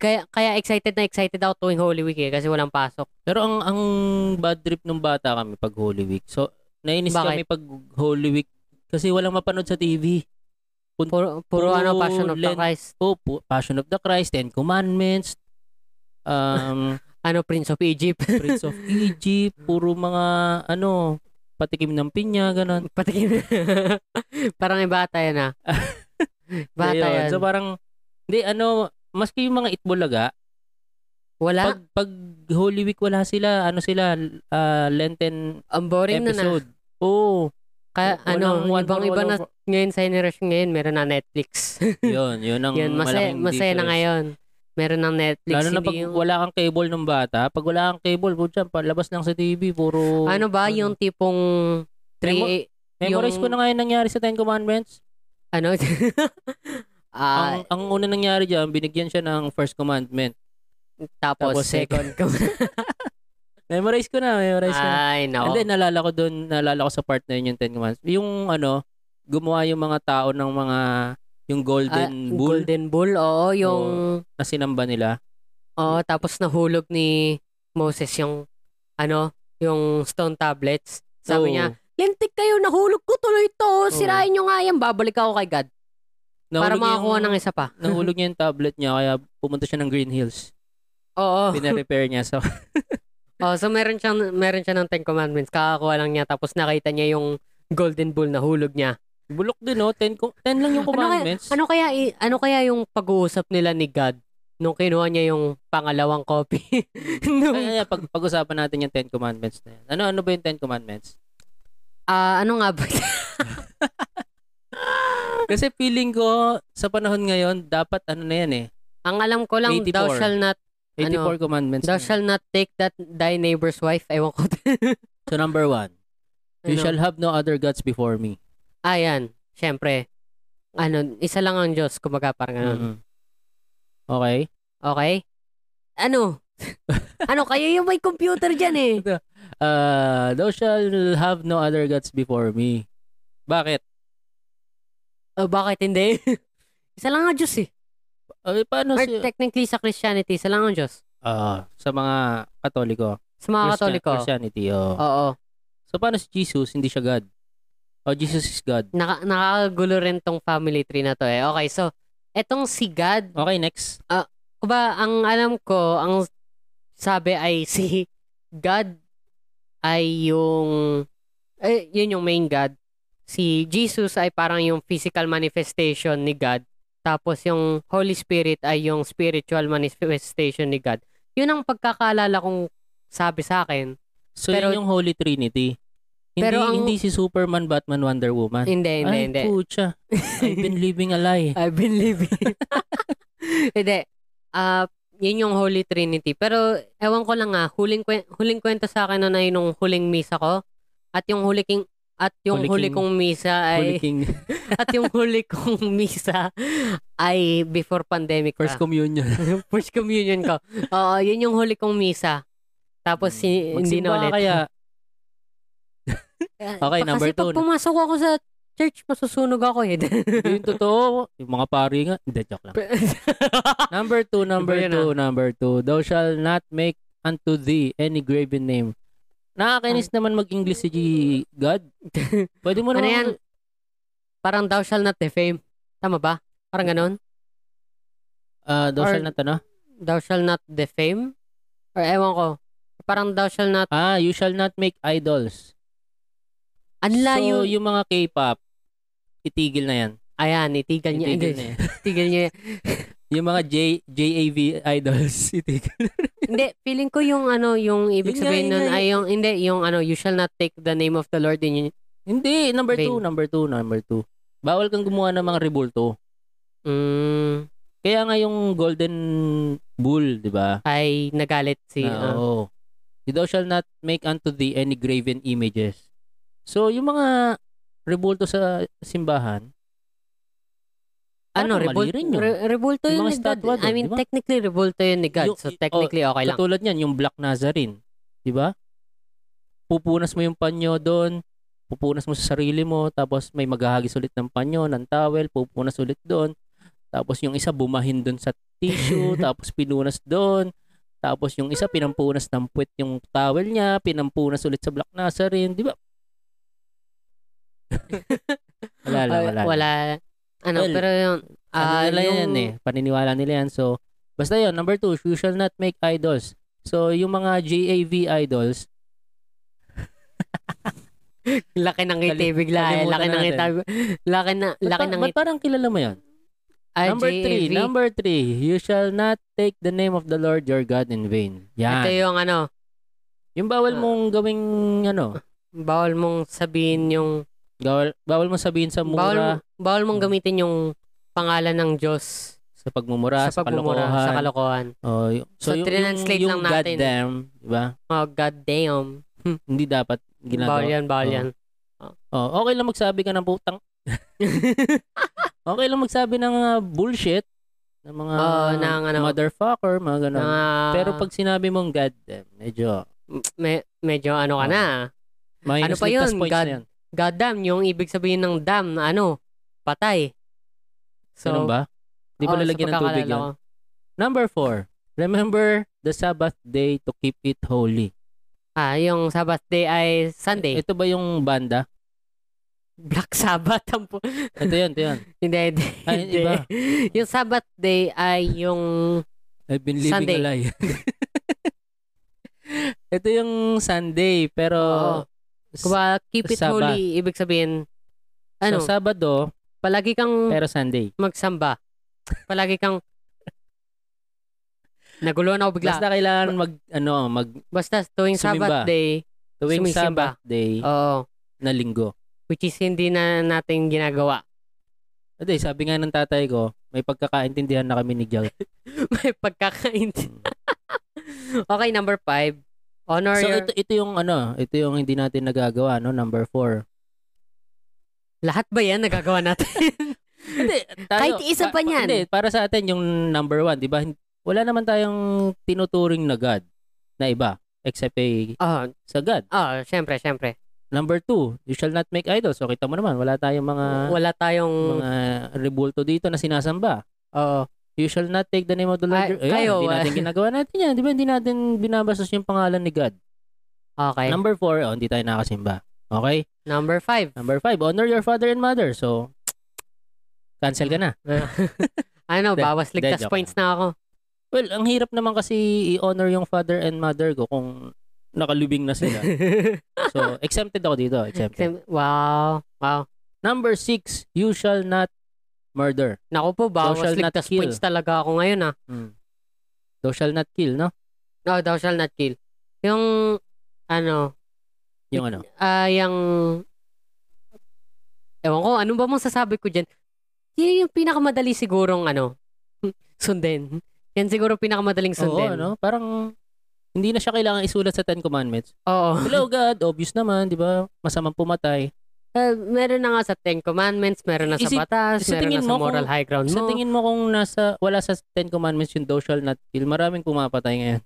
S1: Kaya kaya excited na excited ako tuwing Holy Week eh, kasi walang pasok.
S2: Pero ang ang bad trip nung bata kami pag Holy Week. So, nainis
S1: Bakit?
S2: kami pag Holy Week kasi walang mapanood sa TV.
S1: Puro, puro
S2: Puro
S1: ano Passion of the
S2: Lent.
S1: Christ,
S2: Oh, pu- Passion of the Christ, Ten Commandments, um,
S1: ano Prince of Egypt,
S2: Prince of Egypt, puro mga ano, patikim ng pinya, ganun.
S1: pati Parang iba tayo na. ah. Bata
S2: Ayun.
S1: yan.
S2: So parang, hindi ano, maski yung mga itbulaga,
S1: Wala.
S2: pag, pag Holy Week wala sila, ano sila, ah, Lenten
S1: ang boring na na.
S2: episode. Oo.
S1: Kaya ano,
S2: Walang one
S1: ibang
S2: for
S1: iba
S2: one
S1: na
S2: over-
S1: ngayon sa generation ngayon, meron na Netflix.
S2: Yun, yun ang
S1: Yun, masaya, masaya
S2: malaking
S1: na
S2: difference.
S1: ngayon. Meron ng Netflix.
S2: Lalo na
S1: hindi
S2: pag
S1: yung-
S2: wala kang cable ng bata, pag wala kang cable, putya, palabas lang sa TV, puro...
S1: ano ba, yung tipong 3
S2: Memorize
S1: yung-
S2: ko na nga yung nangyari sa Ten Commandments.
S1: Ano? ah,
S2: ang, ang una nangyari dyan, binigyan siya ng first commandment.
S1: tapos,
S2: tapos
S1: Oh, second
S2: second.
S1: ko.
S2: Memorize ko na, memorize ko na.
S1: Ay,
S2: And
S1: nako.
S2: then, naalala ko doon, naalala ko sa part na yun yung Ten Commandments. Yung ano, gumawa yung mga tao ng mga, yung golden
S1: Ah,
S2: bull
S1: Golden Bull, oo. Yung,
S2: na sinamba nila.
S1: oo, tapos nahulog ni Moses yung, ano, yung stone tablets. Sabi
S2: Oo.
S1: niya, lintik kayo, nahulog ko tuloy to.
S2: Oo.
S1: Sirain nyo nga yan, babalik ako kay God. para
S2: Nahulog niya
S1: makakuha
S2: yung-
S1: ng isa pa.
S2: Nahulog niya yung tablet niya, kaya pumunta siya ng Green Hills.
S1: Oo.
S2: Pina-repair niya. So,
S1: Oh, so meron siyang, meron siya ng Ten Commandments. Kakakuha lang niya, tapos nakita niya yung golden bull nahulog niya.
S2: bulok din, no? Ten, co- ten lang yung
S1: Ano kaya-
S2: commandments.
S1: Ano kaya i- ano kaya yung pag-uusap nila ni God nung kinuha niya yung pangalawang copy? nung,
S2: Ay, ay, pag, pag-usapan natin yung Ten Commandments na yan. Ano, ano ba yung Ten Commandments?
S1: ah, ano nga ba?
S2: Kasi feeling ko, sa panahon ngayon, dapat ano na yan eh.
S1: Ang alam ko lang, thou
S2: 84.
S1: shall not
S2: 84
S1: Ano?
S2: commandments.
S1: thou
S2: na yan.
S1: shall not take that thy neighbor's wife. Ewan ko.
S2: So number one, you
S1: Ano?
S2: shall have no other gods before me.
S1: Ah, yan. Siyempre. Ano, isa lang ang Diyos. Kumbaga parang ganun.
S2: Mm-mm. Mm-hmm. Okay?
S1: Okay? Ano? ano, kayo yung may computer dyan eh.
S2: Uh, thou shall have no other gods before me. Bakit?
S1: Ah, bakit hindi? isa lang ang Diyos eh.
S2: Eh, paano
S1: Or
S2: si...
S1: technically sa Christianity, isa lang ang Diyos.
S2: Ah, sa mga katoliko.
S1: Sa mga
S2: Christian-
S1: katoliko.
S2: Christianity, oh.
S1: Oo.
S2: So paano si Jesus, hindi siya God? Oh, Jesus is God.
S1: Naka, nakakagulo rin tong family tree na to eh. Okay, so, etong si God,
S2: Okay, next.
S1: Kuba, ang alam ko, ang sabi ay si God ay yung, eh, yun yung main God. Si Jesus ay parang yung physical manifestation ni God. Tapos yung Holy Spirit ay yung spiritual manifestation ni God. Yun ang pagkakaalala kong sabi sa akin.
S2: So,
S1: Pero-
S2: yun yung Holy Trinity. Hindi,
S1: Pero ang-
S2: hindi si Superman, Batman, Wonder Woman.
S1: Hindi, hindi,
S2: Ay,
S1: hindi.
S2: putya. I've been living a lie.
S1: I've been living. Hindi. Ah, yun yung Holy Trinity. Pero ewan ko lang nga, huling kwen- huling kwento sa akin na yun yung huling misa ko at yung huli king at yung
S2: Huli
S1: huli
S2: king-
S1: kong misa ay
S2: Holy King,
S1: at yung huli kong misa ay before pandemic
S2: First
S1: pa.
S2: Communion.
S1: first communion ko. Oo, yun yung huli kong misa. Tapos si- hindi
S2: Magsimba
S1: na ulit.
S2: ka Kaya,
S1: Eh,
S2: Okay,
S1: pa-
S2: number
S1: Kasi pag
S2: two.
S1: pumasok ako sa church, masusunog ako eh.
S2: hindi yung totoo. Yung mga pari nga. Hindi, joke lang. Number two, number
S1: Iba yun, ah.
S2: two, number two. Thou shall not make unto thee any graven name. Nakakainis naman mag-English si G- God. Pwede mo
S1: Ano
S2: naman...
S1: yan? Parang thou shall not defame. Tama ba? Parang
S2: Mm.
S1: ganon?
S2: Ah, thou
S1: Or-
S2: shall not ano?
S1: Thou shall not defame? Or ewan ko. Parang thou shall not...
S2: Ah, you shall not make idols.
S1: Ang layo.
S2: So, yung mga K-pop, itigil na yan.
S1: Ayan, itigan niya.
S2: Itigil
S1: Hindi,
S2: na yan.
S1: Itigil niya.
S2: Yung mga J, JAV idols, itigil.
S1: hindi, feeling ko yung ano, yung ibig
S2: Yun nga,
S1: sabihin
S2: yun
S1: nun
S2: nga, eh.
S1: ay yung, hindi, yung ano, you shall not take the name of the Lord in your...
S2: Hindi, number
S1: Vain.
S2: two, number two, number two. Bawal kang gumawa ng mga rebulto.
S1: Mm,
S2: Kaya nga yung golden bull, di ba?
S1: ay nagalit si... ah.
S2: Na, oo. You thou shall not make unto thee any graven images. So, yung mga rebulto sa simbahan,
S1: ano,
S2: parang
S1: revolt,
S2: mali rin yun.
S1: re- revolto yun
S2: Yung mga
S1: ni God.
S2: statwa dun,
S1: I mean,
S2: di ba?
S1: technically, revolto yun ni God.
S2: Yung-
S1: So,
S2: oh,
S1: technically, okay lang.
S2: Katulad niyan, yung Black Nazarene, di ba? Pupunas mo yung panyo doon, pupunas mo sa sarili mo, tapos may maghahagis ulit ng panyo, ng towel, pupunas ulit doon. Tapos yung isa bumahin doon sa tissue, tapos pinunas doon. Tapos yung isa pinampunas ng puwet yung towel niya, pinampunas ulit sa Black Nazarene, di ba? wala lang,
S1: Ay,
S2: wala. lang.
S1: Ano,
S2: Well,
S1: pero yung...
S2: Ah,
S1: ah,
S2: nila
S1: yung,
S2: yan eh. Paniniwala nila yan. So, basta yun. Number two, you shall not make idols. So, yung mga JAV idols,
S1: Laki ng ngiti
S2: Kali-
S1: bigla eh.
S2: kalimutan
S1: Laki ng
S2: natin.
S1: ngiti. Laki na
S2: ba't
S1: laki
S2: pa-
S1: ng
S2: ba't
S1: ngiti.
S2: parang kilala mo yun?
S1: Ah,
S2: number three,
S1: JAV.
S2: number three, you shall not take the name of the Lord your God in vain. Yan.
S1: Ito yung ano,
S2: yung bawal
S1: Ah.
S2: mong gawing, ano,
S1: bawal mong sabihin yung
S2: bawal, bawal mong sabihin sa
S1: bawal
S2: mura,
S1: bawal mong
S2: Hmm.
S1: gamitin yung pangalan ng Diyos
S2: sa pagmumura,
S1: sa
S2: sa,
S1: pagmumura,
S2: kalokohan.
S1: sa kalokohan.
S2: Oh, y- so,
S1: So,
S2: yung,
S1: trinanslate
S2: yung, yung
S1: lang natin.
S2: goddamn, di ba?
S1: Oh, god damn.
S2: Hindi dapat
S1: Bawal
S2: ginagawa.
S1: yan, bawal
S2: Oo.
S1: yan.
S2: Oh, okay lang magsabi ka ng putang Okay lang magsabi ng ah, bullshit ng mga
S1: Oo, ng ano.
S2: motherfucker, mga ganun.
S1: Mga,
S2: Oh, Pero pag sinabi mong god damn,
S1: Ah,
S2: medyo
S1: me- medyo ano ka
S2: Oo.
S1: na.
S2: minus
S1: Ano pa
S2: ligtas
S1: yun?
S2: points
S1: God-
S2: na yan.
S1: God damn, yung ibig sabihin ng damn, ano, patay. So,
S2: Ganun ba? Di ba
S1: oo, sa
S2: lalagyan ng tubig
S1: pagkakalala
S2: yun?
S1: ko.
S2: Number four, remember the Sabbath day to keep it holy.
S1: Ah, yung Sabbath day ay Sunday.
S2: Ito ba yung banda?
S1: Black Sabbath ang pu-
S2: Ito yun, ito yun.
S1: Hindi, hindi.
S2: Ay,
S1: hindi.
S2: iba.
S1: Yung Sabbath day ay yung
S2: I've been living
S1: Sunday.
S2: a lie. ito yung Sunday, pero
S1: Oo. kuba, keep it
S2: Sabbath.
S1: holy, ibig sabihin, ano, Hmm.
S2: so, Sabado,
S1: palagi kang
S2: pero Sunday.
S1: magsamba. Palagi kang Nagulo na ako bigla. Basta,
S2: Basta kailangan mag, ano, mag
S1: tuwing
S2: Sumimba.
S1: Sabbath day,
S2: tuwing
S1: Sumisimba.
S2: Sabbath day
S1: oo,
S2: na linggo.
S1: which is hindi na natin ginagawa.
S2: Hindi, sabi nga ng tatay ko, may pagkakaintindihan na kami ni Jack.
S1: May pagkakaintindi. okay, number five. Honor
S2: so,
S1: your...
S2: ito, ito yung ano, ito yung hindi natin nagagawa, no? Number four.
S1: Lahat ba yan nagagawa natin?
S2: Hindi,
S1: Kahit isa pa niyan.
S2: Hindi, para sa atin, yung number one, di ba? Hin- Wala naman tayong tinuturing na God na iba, except eh,
S1: oh,
S2: sa God.
S1: oh, syempre, syempre.
S2: Number two, you shall not make idols. So, kita mo naman, wala tayong mga,
S1: Wala tayong...
S2: mga rebulto dito na sinasamba.
S1: Oo.
S2: You shall not take the name of the
S1: Ay,
S2: Lord. your- Ayan,
S1: kayo,
S2: hindi
S1: ah.
S2: natin ginagawa natin yan. Di ba? Hindi natin binabastos yung pangalan ni God.
S1: okay.
S2: Number four, oh, hindi tayo nakasimba. Okay?
S1: Number five.
S2: Number five, honor your father and mother. So, cancel ka na.
S1: ano,
S2: Hindi,
S1: bawas
S2: hindi,
S1: Ano, ligtas
S2: joke
S1: points na ako.
S2: Well, ang hirap naman kasi i-honor yung father and mother ko kung nakalubing na sila. so, exempted ako dito. Exempted.
S1: Sem- wow. Wow.
S2: Number six, you shall not murder.
S1: Naku po, bawas
S2: shall not
S1: ligtas
S2: kill. Hmm.
S1: points talaga ako ngayon ah.
S2: Thou shall not kill, no?
S1: No, thou shall not kill. Yung, ano,
S2: Yung ano?
S1: ah, yung, ewan ko, ano ba mong sasabi ko dyan? Yun yung pinakamadali sigurong, ano, sundin. Yan siguro pinakamadaling
S2: Oo,
S1: sundin.
S2: ano? Parang hindi na siya kailangan isulat sa Ten Commandments.
S1: Oo.
S2: Hello God, obvious naman, di ba? Masamang pumatay.
S1: Eh, meron na nga sa Ten Commandments, meron na sa
S2: Isi-
S1: batas, meron
S2: sa
S1: na
S2: tingin
S1: sa
S2: mo
S1: moral
S2: kung-
S1: high ground
S2: Sa
S1: mo.
S2: tingin mo kung nasa, wala sa Ten Commandments yung thou shall not kill, maraming pumapatay ngayon.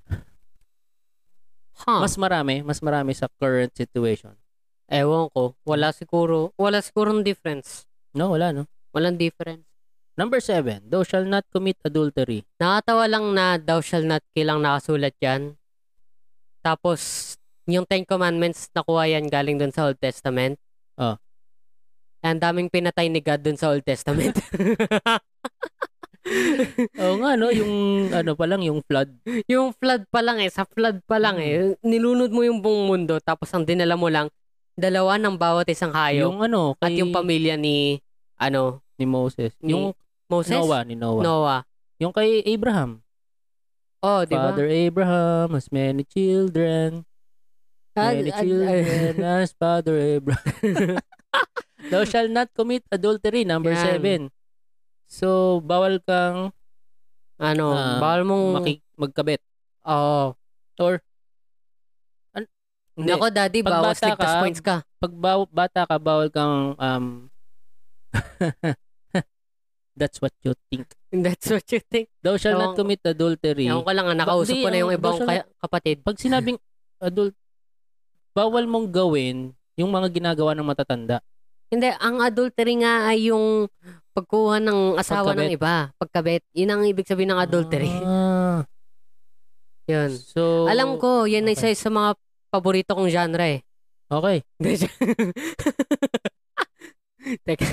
S1: Huh.
S2: Mas marami, mas marami sa current situation.
S1: Ewan ko. Wala siguro. Wala sigurong difference.
S2: No, wala, no?
S1: Walang difference.
S2: Number seven, thou shall not commit adultery.
S1: Nakatawa lang na thou shall not kill ang nakasulat yan. Tapos, yung Ten Commandments, nakuha yan galing dun sa Old Testament. Eh,
S2: Ah.
S1: Ang daming pinatay ni God dun sa Old Testament.
S2: Oo nga, no? Yung ano pa lang, yung flood.
S1: yung flood pa lang eh, sa flood pa lang
S2: Mm.
S1: eh, nilunod mo yung buong mundo tapos ang dinala mo lang, dalawa ng bawat isang hayop
S2: Yung ano,
S1: at
S2: kay-
S1: yung pamilya ni, ano,
S2: ni Moses.
S1: Ni
S2: yung
S1: Moses?
S2: Noah, ni Noah.
S1: Noah.
S2: Yung kay Abraham.
S1: Oh, di ba?
S2: Father Abraham has many children.
S1: Ah,
S2: Many
S1: ah,
S2: children as Father Abraham. Thou shall not commit adultery, number
S1: Yan.
S2: seven. So, bawal kang
S1: ah, ano,
S2: Ah,
S1: bawal mong...
S2: maki- magkabit.
S1: Oo.
S2: Oh. Or, an- hindi.
S1: Nako, daddy,
S2: Pag
S1: bawas
S2: bata
S1: ligtas
S2: ka,
S1: points ka.
S2: pag baw- bata ka, bawal kang, um, that's what you think.
S1: That's what you think.
S2: Thou shall
S1: Ewan
S2: not
S1: ko.
S2: commit adultery.
S1: Ewan ko lang, ah, nakausap
S2: Hindi,
S1: ko na yung
S2: ang
S1: ibang
S2: gusto na-
S1: ka- kapatid.
S2: Pag sinabing adult, bawal mong gawin yung mga ginagawa ng matatanda.
S1: Hindi, ang adultery nga ay yung pagkuha ng asawa ng
S2: Pagkabit.
S1: iba. Pagkabit. Yun ang ibig sabihin ng adultery.
S2: Ah,
S1: Yun.
S2: so,
S1: Alam ko, yan ay
S2: okay.
S1: isa sa mga paborito kong genre eh.
S2: Okay.
S1: Hindi, siya- Teka.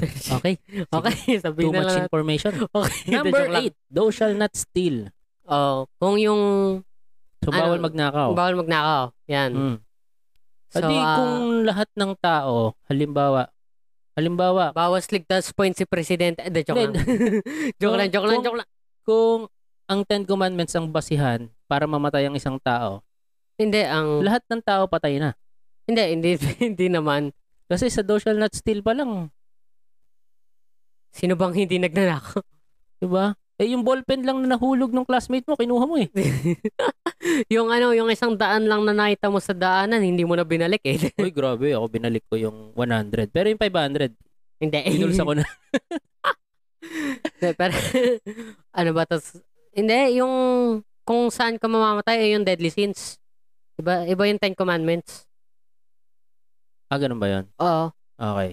S1: Teka.
S2: Okay.
S1: Okay,
S2: Too
S1: sabihin na
S2: much
S1: lang.
S2: information.
S1: Okay,
S2: Number eight, thou shall not steal.
S1: Oh, kung yung
S2: So,
S1: Ano?
S2: bawal magnakaw.
S1: bawal magnakaw. Yan.
S2: Mm.
S1: So,
S2: Oh. Adi,
S1: ah,
S2: kung lahat ng tao, halimbawa, halimbawa,
S1: Bawas ligtas point si Presidente. Eh, di, joke lang. joke lang, joke lang, joke lang.
S2: kung ang Ten Commandments ang basihan para mamatay ang isang tao,
S1: Hindi, ang...
S2: lahat ng tao patay na.
S1: Hindi, hindi, hindi naman.
S2: Kasi sa thou shall not steal pa lang,
S1: Sino bang hindi nagnanakaw?
S2: di ba? Eh, yung ballpen lang na nahulog ng classmate mo, kinuha mo eh.
S1: yung ano, yung isang daan lang na nakita mo sa daanan, hindi mo na binalik eh.
S2: Uy, grabe, ako binalik ko yung 100. Pero yung 500,
S1: hindi.
S2: pinulsa ko na.
S1: Hindi, pero, ano ba tas Hindi, yung kung saan ka mamamatay ay yung deadly sins. Iba, iba yung Ten Commandments.
S2: Ah, ganun ba yun?
S1: Oo.
S2: Okay.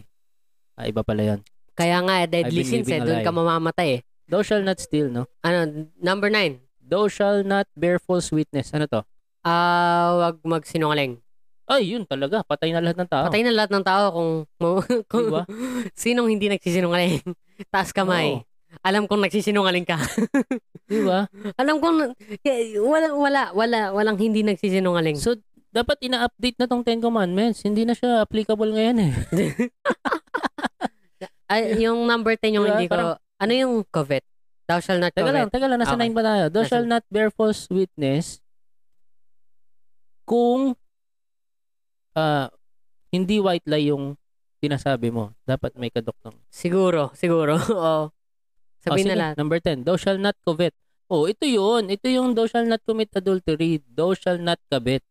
S2: Ah, iba pala yun.
S1: Kaya nga, eh, deadly
S2: I've been
S1: sins eh.
S2: living a
S1: Doon ka
S2: lie.
S1: mamamatay eh.
S2: Thou shall not steal, no?
S1: Ano, number nine.
S2: Thou shall not bear false witness. Ano to?
S1: Ah, wag magsinungaling.
S2: Ay, yun talaga. Patay na lahat ng tao.
S1: Patay na lahat ng tao kung, kung
S2: Diba?
S1: sinong hindi nagsisinungaling. Taas kamay.
S2: Oo.
S1: Alam kong nagsisinungaling ka.
S2: Di ba?
S1: Alam kong eh, wala wala wala walang hindi nagsisinungaling.
S2: So, dapat ina-update na tong Ten Commandments. Hindi na siya applicable ngayon eh.
S1: Ay, yung number 10 yung
S2: Diba?
S1: hindi ko
S2: Parang-
S1: ano yung covet? Thou shall not
S2: Teka lang,
S1: covet.
S2: teka lang. Nasa
S1: Okay.
S2: 9 pa tayo. Thou
S1: Nasa-
S2: shall not bear false witness kung ah, hindi white lie yung sinasabi mo. Dapat may kadok ng...
S1: Siguro, siguro. Oo. Sabihin
S2: Ah, Oh, sige,
S1: na lahat.
S2: Number 10. Thou shall not covet. Oh, ito yun. Ito yung thou shall not commit adultery. Thou shall not covet.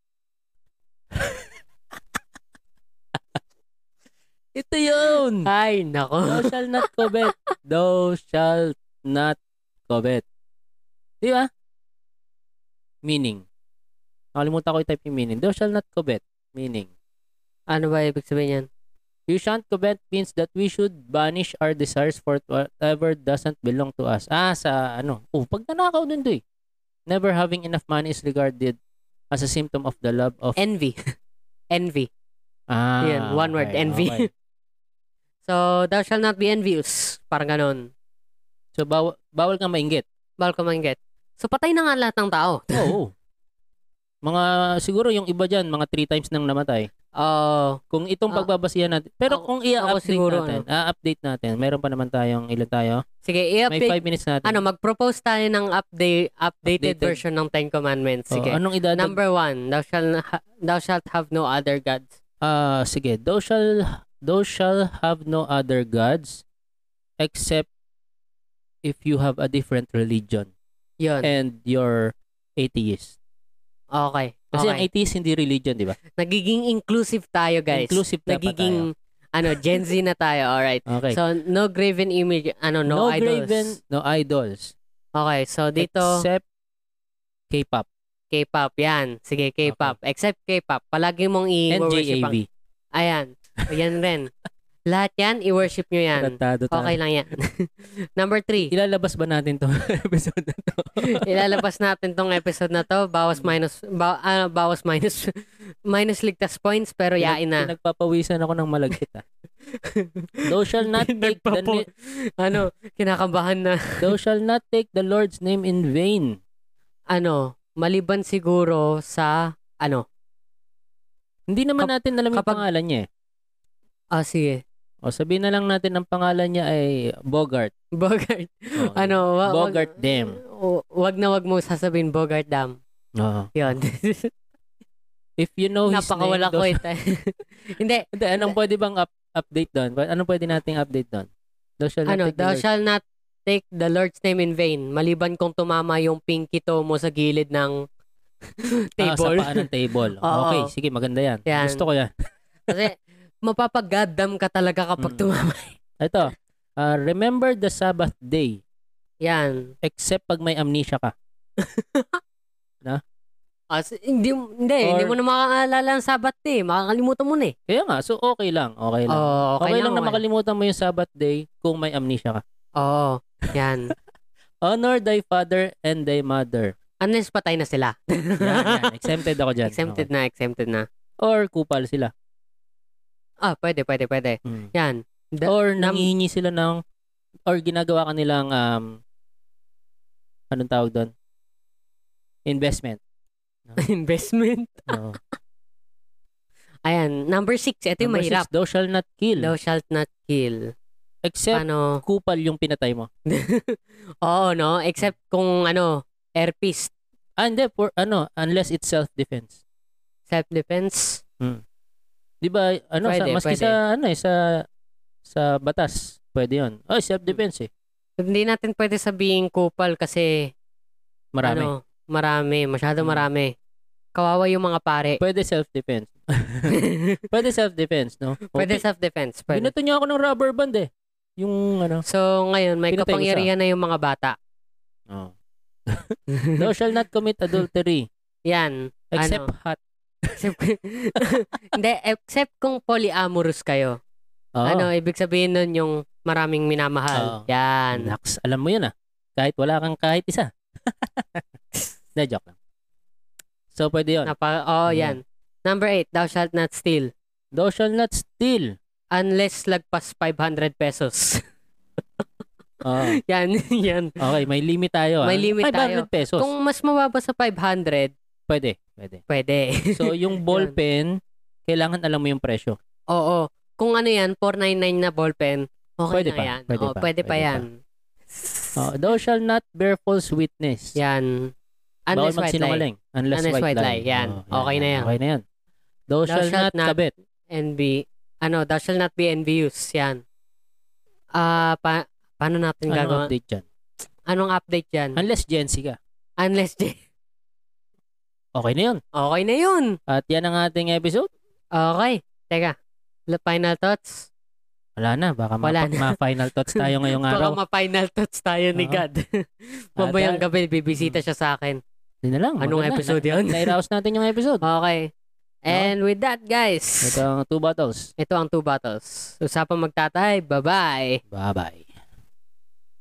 S2: ito yun.
S1: Ay, nako.
S2: Thou shall not covet. Thou shall not covet. Di ba? Meaning. Nakalimutan ko i-type yung meaning. Thou shall not covet. Meaning.
S1: Ano ba ibig sabihin yan?
S2: You shan't covet means that we should banish our desires for whatever doesn't belong to us. Ah, sa ano? Oh, pag nanakaw nun to eh. Never having enough money is regarded as a symptom of the love of...
S1: Envy. Envy.
S2: Ah,
S1: Yan, one word, envy.
S2: okay.
S1: So, thou shall not be envious. Parang ganon.
S2: So, baw- bawal kang mainggit.
S1: Bawal ka mangget. So patay na nga lahat ng tao.
S2: Oo. mga siguro yung iba diyan mga three times nang namatay.
S1: Oo.
S2: Kung itong
S1: Ah.
S2: pagbabasihan natin. Pero
S1: Ako-
S2: kung
S1: ako
S2: i-update
S1: siguro, ano?
S2: natin, a-update natin. Meron pa naman tayong ilan tayo?
S1: sige,
S2: May
S1: i-update.
S2: 5 minutes natin.
S1: Ano, mag-propose tayo ng update, updated,
S2: Updated.
S1: version ng Ten Commandments.
S2: Oh,
S1: Sige.
S2: anong idadag?
S1: Number one, thou shalt, ha- thou shalt have no other gods.
S2: Ah, sige. Thou shall thou shall have no other gods except if you have a different religion
S1: Yun.
S2: and you're atheist.
S1: Okay.
S2: Kasi
S1: okay.
S2: ang atheist hindi religion, di ba?
S1: Nagiging inclusive tayo, guys.
S2: Inclusive dapat
S1: Nagiging, ano, Gen Z na tayo. Alright.
S2: tayo. Okay.
S1: So, no graven image, ano, no, idols.
S2: graven, no idols.
S1: Okay, so dito,
S2: Except K-pop
S1: K-pop, yan. Sige, K-pop. Except K-pop. Palagi mong
S2: and
S1: i-worship ang...
S2: JAV.
S1: Ayan. Ayan rin. Lahat yan, i-worship nyo yan.
S2: Tarantado tayo.
S1: Okay lang yan. Number three,
S2: Ilalabas ba natin to episode na to?
S1: ilalabas natin tong episode na to.
S2: Mm.
S1: Bawas minus, ba, ano, bawas minus, minus ligtas points, pero yain na.
S2: Pinag- Pinagpapawisan ako ng malagkit ah. Thou shall not take the
S1: Nagpapo-
S2: ni-
S1: ano, kinakabahan na.
S2: thou shall not take the Lord's name in vain.
S1: Ano, maliban siguro sa, ano,
S2: Hindi naman
S1: Kap-
S2: natin alam yung
S1: kapag-
S2: pangalan niya eh.
S1: ah, sige.
S2: O sabihin na lang natin ang pangalan niya ay Bogart.
S1: Bogart.
S2: Okay.
S1: Ano, wa- wag-
S2: Bogart Dam.
S1: O, wag na wag mong sasabihin Bogart Dam.
S2: Oo.
S1: Yun.
S2: If you know his
S1: Napakawala
S2: name.
S1: ko eh. ito. Hindi,
S2: Hindi, anong pwede bang up- update doon? Pa- Anong pwede nating update doon? Thou shall not
S1: ano,
S2: take the
S1: thou
S2: Lord's-
S1: shall not take the Lord's name in vain, maliban kung tumama yung pinky toe mo sa gilid ng
S2: Ah, sa
S1: table.
S2: paa ng table.
S1: Oo.
S2: okay, sige, maganda yan.
S1: Yan.
S2: Gusto ko yan.
S1: Kasi mapapagaddam ka talaga kapag
S2: Mm.
S1: tumama.
S2: Ito, ah, remember the Sabbath day
S1: Yan.
S2: except pag may amnesia ka.
S1: As, Ah, hindi, hindi, hindi
S2: Or-
S1: mo na makaalala ang sabat eh. Makakalimutan mo na eh.
S2: Kaya nga, so okay lang. Okay lang.
S1: Oo,
S2: okay, lang, na makalimutan mo yung Sabbath day kung may amnesia ka.
S1: eh. Oo, yan.
S2: Honor thy father and thy mother.
S1: Unless patay na sila.
S2: Yan, yan. Exempted ako dyan.
S1: exempted
S2: Okay.
S1: na, exempted na.
S2: Or kupal sila.
S1: Ah, pwede, pwede, pwede. Yan. The-
S2: Or
S1: Hmm. nam-
S2: nangihingi sila ng or ginagawa kanilang um, anong tawag doon? Investment.
S1: Investment.
S2: Oo. Ayan.
S1: Ayan, number six. Ito yung
S2: Number
S1: mahirap.
S2: six, thou shall not kill.
S1: Thou shalt not kill.
S2: Except
S1: Ano?
S2: kupal yung pinatay mo.
S1: Oo, no? Except kung ano, airpiece,
S2: Ah, hindi. For, ano, unless it's self-defense.
S1: self-defense.
S2: Di ba, ano, sa,
S1: Pwede,
S2: maski
S1: pwede.
S2: sa, ano eh, sa, sa batas, pwede yun. Oh, self-defense eh.
S1: Hindi natin pwede sabihin kupal kasi
S2: Marami.
S1: ano, marami, masyado
S2: Mm.
S1: marami. Kawawa yung mga pare.
S2: Pwede self-defense. pwede self-defense, no?
S1: pwede
S2: Okay.
S1: self-defense, pwede.
S2: Binato niya ako ng rubber band eh. Yung ano.
S1: So ngayon may
S2: Pinatay ko
S1: kapangyarihan na yung mga bata.
S2: Oh. Thou shall not commit adultery
S1: Yan.
S2: except hot.
S1: Except, hindi, except kung polyamorous kayo.
S2: Oh.
S1: Ano, ibig sabihin nun yung maraming minamahal.
S2: Oo.
S1: Yan.
S2: Relax. Alam mo yun ah. Kahit wala kang kahit isa. Na joke lang. So pwede yun.
S1: Napa, oh,
S2: Mm.
S1: yan. Number eight, thou shalt not steal.
S2: Thou shall not steal.
S1: Unless lagpas 500 pesos.
S2: Oh.
S1: yan, yan.
S2: Okay, may limit tayo. ah.
S1: May limit
S2: 500 pesos.
S1: Kung mas mababa sa 500,
S2: Pwede. Pwede.
S1: pwede.
S2: So yung ball
S1: Yun.
S2: pen, kailangan alam mo yung presyo.
S1: Oo. Kung ano yan, 499 na ballpen, okay
S2: Pwede
S1: na
S2: pa,
S1: yan.
S2: pwede
S1: Oo,
S2: pa,
S1: pwede pa
S2: pwede
S1: yan.
S2: Oh, thou shall not bear false witness.
S1: Yan. Ano Unless white
S2: Bawal
S1: lie.
S2: magsinungaling. Unless,
S1: Unless
S2: white,
S1: white
S2: lie.
S1: lie. Yan.
S2: Oh,
S1: Okay na yan.
S2: Okay na yan. Thou, shall, not, kabit.
S1: Envy. Ano, thou shall not be envious. Yan. Ah, pa- paano natin
S2: Anong
S1: gagawa?
S2: Ano update dyan?
S1: Anong update yan?
S2: Unless Gen Z ka.
S1: Unless, di-
S2: Okay na yun.
S1: okay na yun.
S2: At yan ang ating episode.
S1: Okay. Teka. L- Final thoughts?
S2: Wala na. Baka
S1: Wala
S2: ma- ma-final thoughts tayo ngayong
S1: Baka
S2: araw.
S1: ma-final thoughts tayo ni
S2: Oo. Ah, Hmm.
S1: God. Mamayang
S2: At-
S1: gabi, bibisita siya sa akin.
S2: Hindi na lang.
S1: Anong
S2: Wala na.
S1: episode yun?
S2: Na-rouse natin yung episode.
S1: Okay. And with that, guys.
S2: Ito ang Two Bottles.
S1: Ito ang Two Battles. Usapang magtatay. Bye-bye.
S2: Bye-bye.